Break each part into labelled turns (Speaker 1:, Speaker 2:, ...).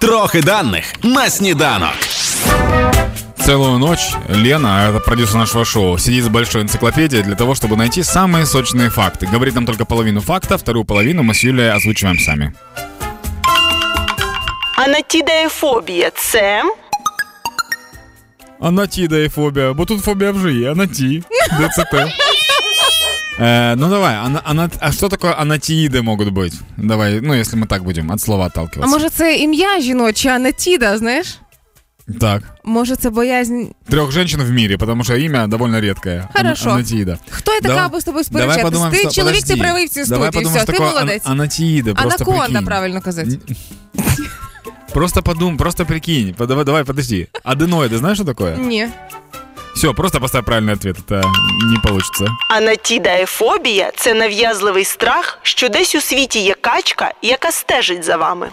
Speaker 1: Трохи даних на сніданок.
Speaker 2: Целую ночь Лена, а это продюсер нашего шоу, сидит с большой энциклопедией для того, чтобы найти самые сочные факты. Говорит нам только половину факта, вторую половину мы с Юлей озвучиваем сами.
Speaker 3: Анатідеєфобія це
Speaker 2: Анатіда і фобія, бо тут фобія вже є, анаті, ДЦП. Э, ну давай, ана- ана- а что такое анатииды могут быть? Давай, ну если мы так будем от слова
Speaker 4: А
Speaker 2: отталкиваться.
Speaker 4: може це ім'я жіноче, Анатіда, знаєш?
Speaker 2: Так,
Speaker 4: Може, це боязнь.
Speaker 2: трех женщин в мире, потому что имя довольно редкое. Ана-
Speaker 4: Хорошо.
Speaker 2: Анатиида.
Speaker 4: Хто я така,
Speaker 2: Давай-
Speaker 4: аби з
Speaker 2: Давай
Speaker 4: тобою сперечатись?
Speaker 2: подумаем,
Speaker 4: ти
Speaker 2: что-
Speaker 4: чоловік,
Speaker 2: подожди.
Speaker 4: ти правий в цій
Speaker 2: Давай
Speaker 4: студії.
Speaker 2: подумаем,
Speaker 4: Все,
Speaker 2: что
Speaker 4: ти
Speaker 2: такое ан-
Speaker 4: молодець.
Speaker 2: анатииды, просто
Speaker 4: Анаконда,
Speaker 2: прикинь.
Speaker 4: правильно казати.
Speaker 2: Просто подумай, просто прикинь. По- Давай, давай, подожди. Аденоиды, знаешь, что такое?
Speaker 4: Ні.
Speaker 2: Все, просто поставь правильный ответ, это не получится.
Speaker 3: анатідеєфобія це нав'язливий страх, що десь у світі є качка, яка стежить за вами.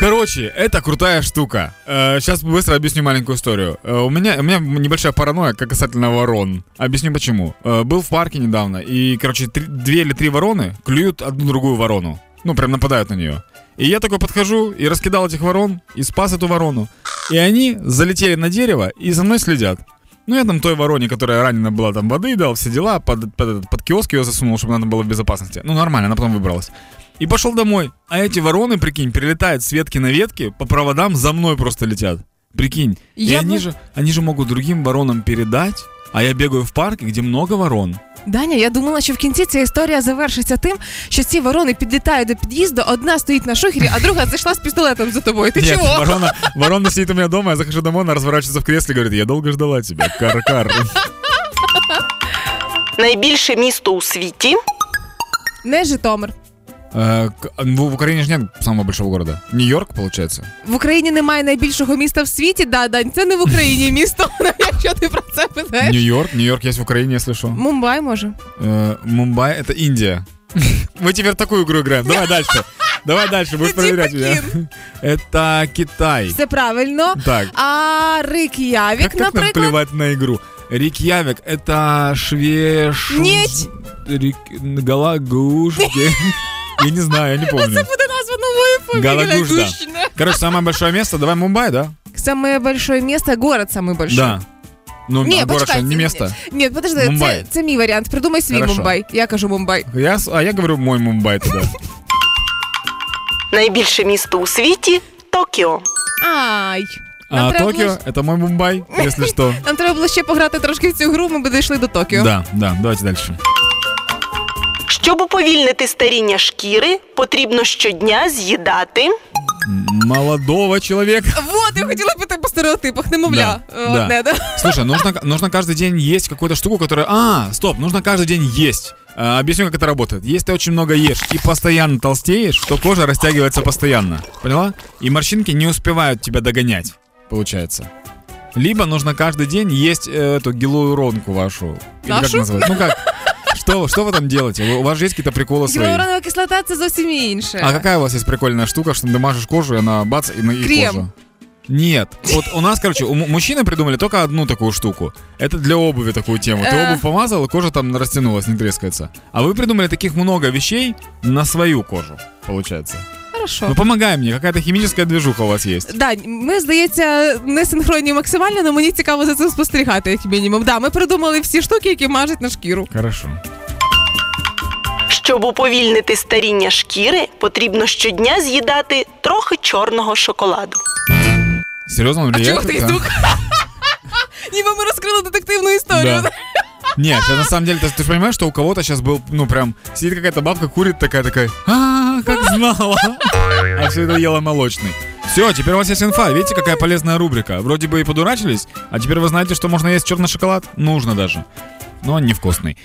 Speaker 2: Короче, это крутая штука. Сейчас быстро объясню маленькую историю. Э, У меня, у меня небольшая паранойя как касательно ворон. Объясню почему. Э, Был в парке недавно, и, короче, три- две или три вороны клюют одну другую ворону. Ну, прям нападают на нее. И я такой подхожу и раскидал этих ворон, и спас эту ворону. И они залетели на дерево и за мной следят. Ну, я там той вороне, которая ранена была, там воды дал, все дела, под, под, этот- под киоск ее засунул, чтобы она была в безопасности. Ну, нормально, она потом выбралась. И пошел домой. А эти вороны, прикинь, перелетают с ветки на ветки, по проводам за мной просто летят. Прикинь. и
Speaker 4: Я
Speaker 2: они,
Speaker 4: бы-
Speaker 2: же, они же могут другим воронам передать. А я бегаю в парке, где много ворон.
Speaker 4: Даня, я думала, що в кінці ця історія завершиться тим, що ці ворони підлітають до під'їзду, одна стоїть на шухері, а друга зайшла з пістолетом за тобою. Ти
Speaker 2: Нет,
Speaker 4: чого?
Speaker 2: Ворона, ворона сидит у меня дома, я захожу домой, она разворачивается в кресле и говорит, я долго ждала тебя, кар-кар.
Speaker 3: Найбільше місто у світі
Speaker 4: Не Житомир.
Speaker 2: Э, к- ну, В Украине же нет самого большого города. Нью-Йорк, получается?
Speaker 4: В Україні немає найбільшого міста в світі. Да, Дань, це не в Україні місто, якщо ти про це питаєш.
Speaker 2: Нью-Йорк, Нью-Йорк есть в Украине, я слышу.
Speaker 4: Мумбай може.
Speaker 2: Э, Мумбай — это Индия. Мы теперь в такую игру играем. Давай дальше. Давай дальше, будешь
Speaker 4: Иди,
Speaker 2: проверять меня. Это Китай.
Speaker 4: Все правильно.
Speaker 2: Так.
Speaker 4: А Рик'явік,
Speaker 2: Как так нам
Speaker 4: наприклад.
Speaker 2: плевать на игру? Рикьявик — это швеш...
Speaker 4: Неть.
Speaker 2: Рик... Галагуш... Я не знаю, я не помню.
Speaker 4: Буде назва нової фамілії.
Speaker 2: Галагужда.
Speaker 4: Гущина.
Speaker 2: Короче, самое большое место, давай Мумбай, да?
Speaker 4: Самое большое место, город самый большой.
Speaker 2: Да. Ну,
Speaker 4: Ні,
Speaker 2: а город что,
Speaker 4: почекайте,
Speaker 2: не место.
Speaker 4: Ні, подожди,
Speaker 2: Мумбай.
Speaker 4: це, це мій варіант. Придумай свій
Speaker 2: Хорошо.
Speaker 4: Мумбай. Я кажу Мумбай.
Speaker 2: Я, с- а я говорю мой Мумбай туда.
Speaker 3: найбільше місто у світі Токіо.
Speaker 4: Ай. Нам,
Speaker 2: А
Speaker 4: треба
Speaker 2: Токио
Speaker 4: було,
Speaker 2: — это мой Мумбай, если что.
Speaker 4: нам треба було ще пограти трошки в цю гру, ми би дійшли до Токіо.
Speaker 2: Да, да, давайте дальше.
Speaker 3: Щоб уповільнити старіння шкіри, потрібно щодня з'їдати
Speaker 2: М, Молодого человека.
Speaker 4: Вот, я хотіла піти по стереотипах, немовля.
Speaker 2: Да,
Speaker 4: Е,
Speaker 2: да.
Speaker 4: Одне, да.
Speaker 2: Слушай, нужно, нужно каждый день есть какую-то штуку, которая... А, стоп, нужно каждый день есть. А, объясню, как это работает. Если ты очень много ешь и постоянно толстеешь, то кожа растягивается постоянно. Поняла? И морщинки не успевают тебя догонять, получается. Либо нужно каждый день есть э, эту гилую ронку вашу. Или как
Speaker 4: Нашу?
Speaker 2: называют? Ну как? Что, що ви там делаете? У вас же есть какие-то приколы свои?
Speaker 4: Гіалуронова кислота це зовсім інше.
Speaker 2: А какая у вас есть прикольная штука, что ты мажешь кожу, и она бац, и, на- и
Speaker 4: Крем.
Speaker 2: кожа? Нет. Вот у нас, короче, у м- мужчины придумали только одну такую штуку. Это для обуви такую тему. Ты
Speaker 4: Э.
Speaker 2: обувь помазал, и кожа там растянулась, не трескается. А вы придумали таких много вещей на свою кожу, получается. Ну
Speaker 4: Хорошо.
Speaker 2: помогай мне, какая-то химическая движуха у вас есть.
Speaker 4: Дань, ми здається не синхронні максимально, але мені цікаво за цим спостерігати, як мінімум. Да, ми придумали всі штуки, які мажуть на шкіру.
Speaker 2: Хорошо.
Speaker 3: Щоб уповільнити старіння шкіри, потрібно щодня з'їдати трохи чорного шоколаду.
Speaker 2: Серьезно, он
Speaker 4: А
Speaker 2: влияет
Speaker 4: чого ти
Speaker 2: как-то?
Speaker 4: звук? Ніби ми розкрили детективну історію.
Speaker 2: Да. Нет, на самом деле, ты, ты же понимаешь, что у кого-то сейчас был, ну прям, сидит какая-то бабка, курит такая, такая, а как знала. А все это ела молочный. Все, теперь у вас есть инфа. Видите, какая полезная рубрика. Вроде бы и подурачились, а теперь вы знаете, что можно есть черный шоколад. Нужно даже. Но он невкусный.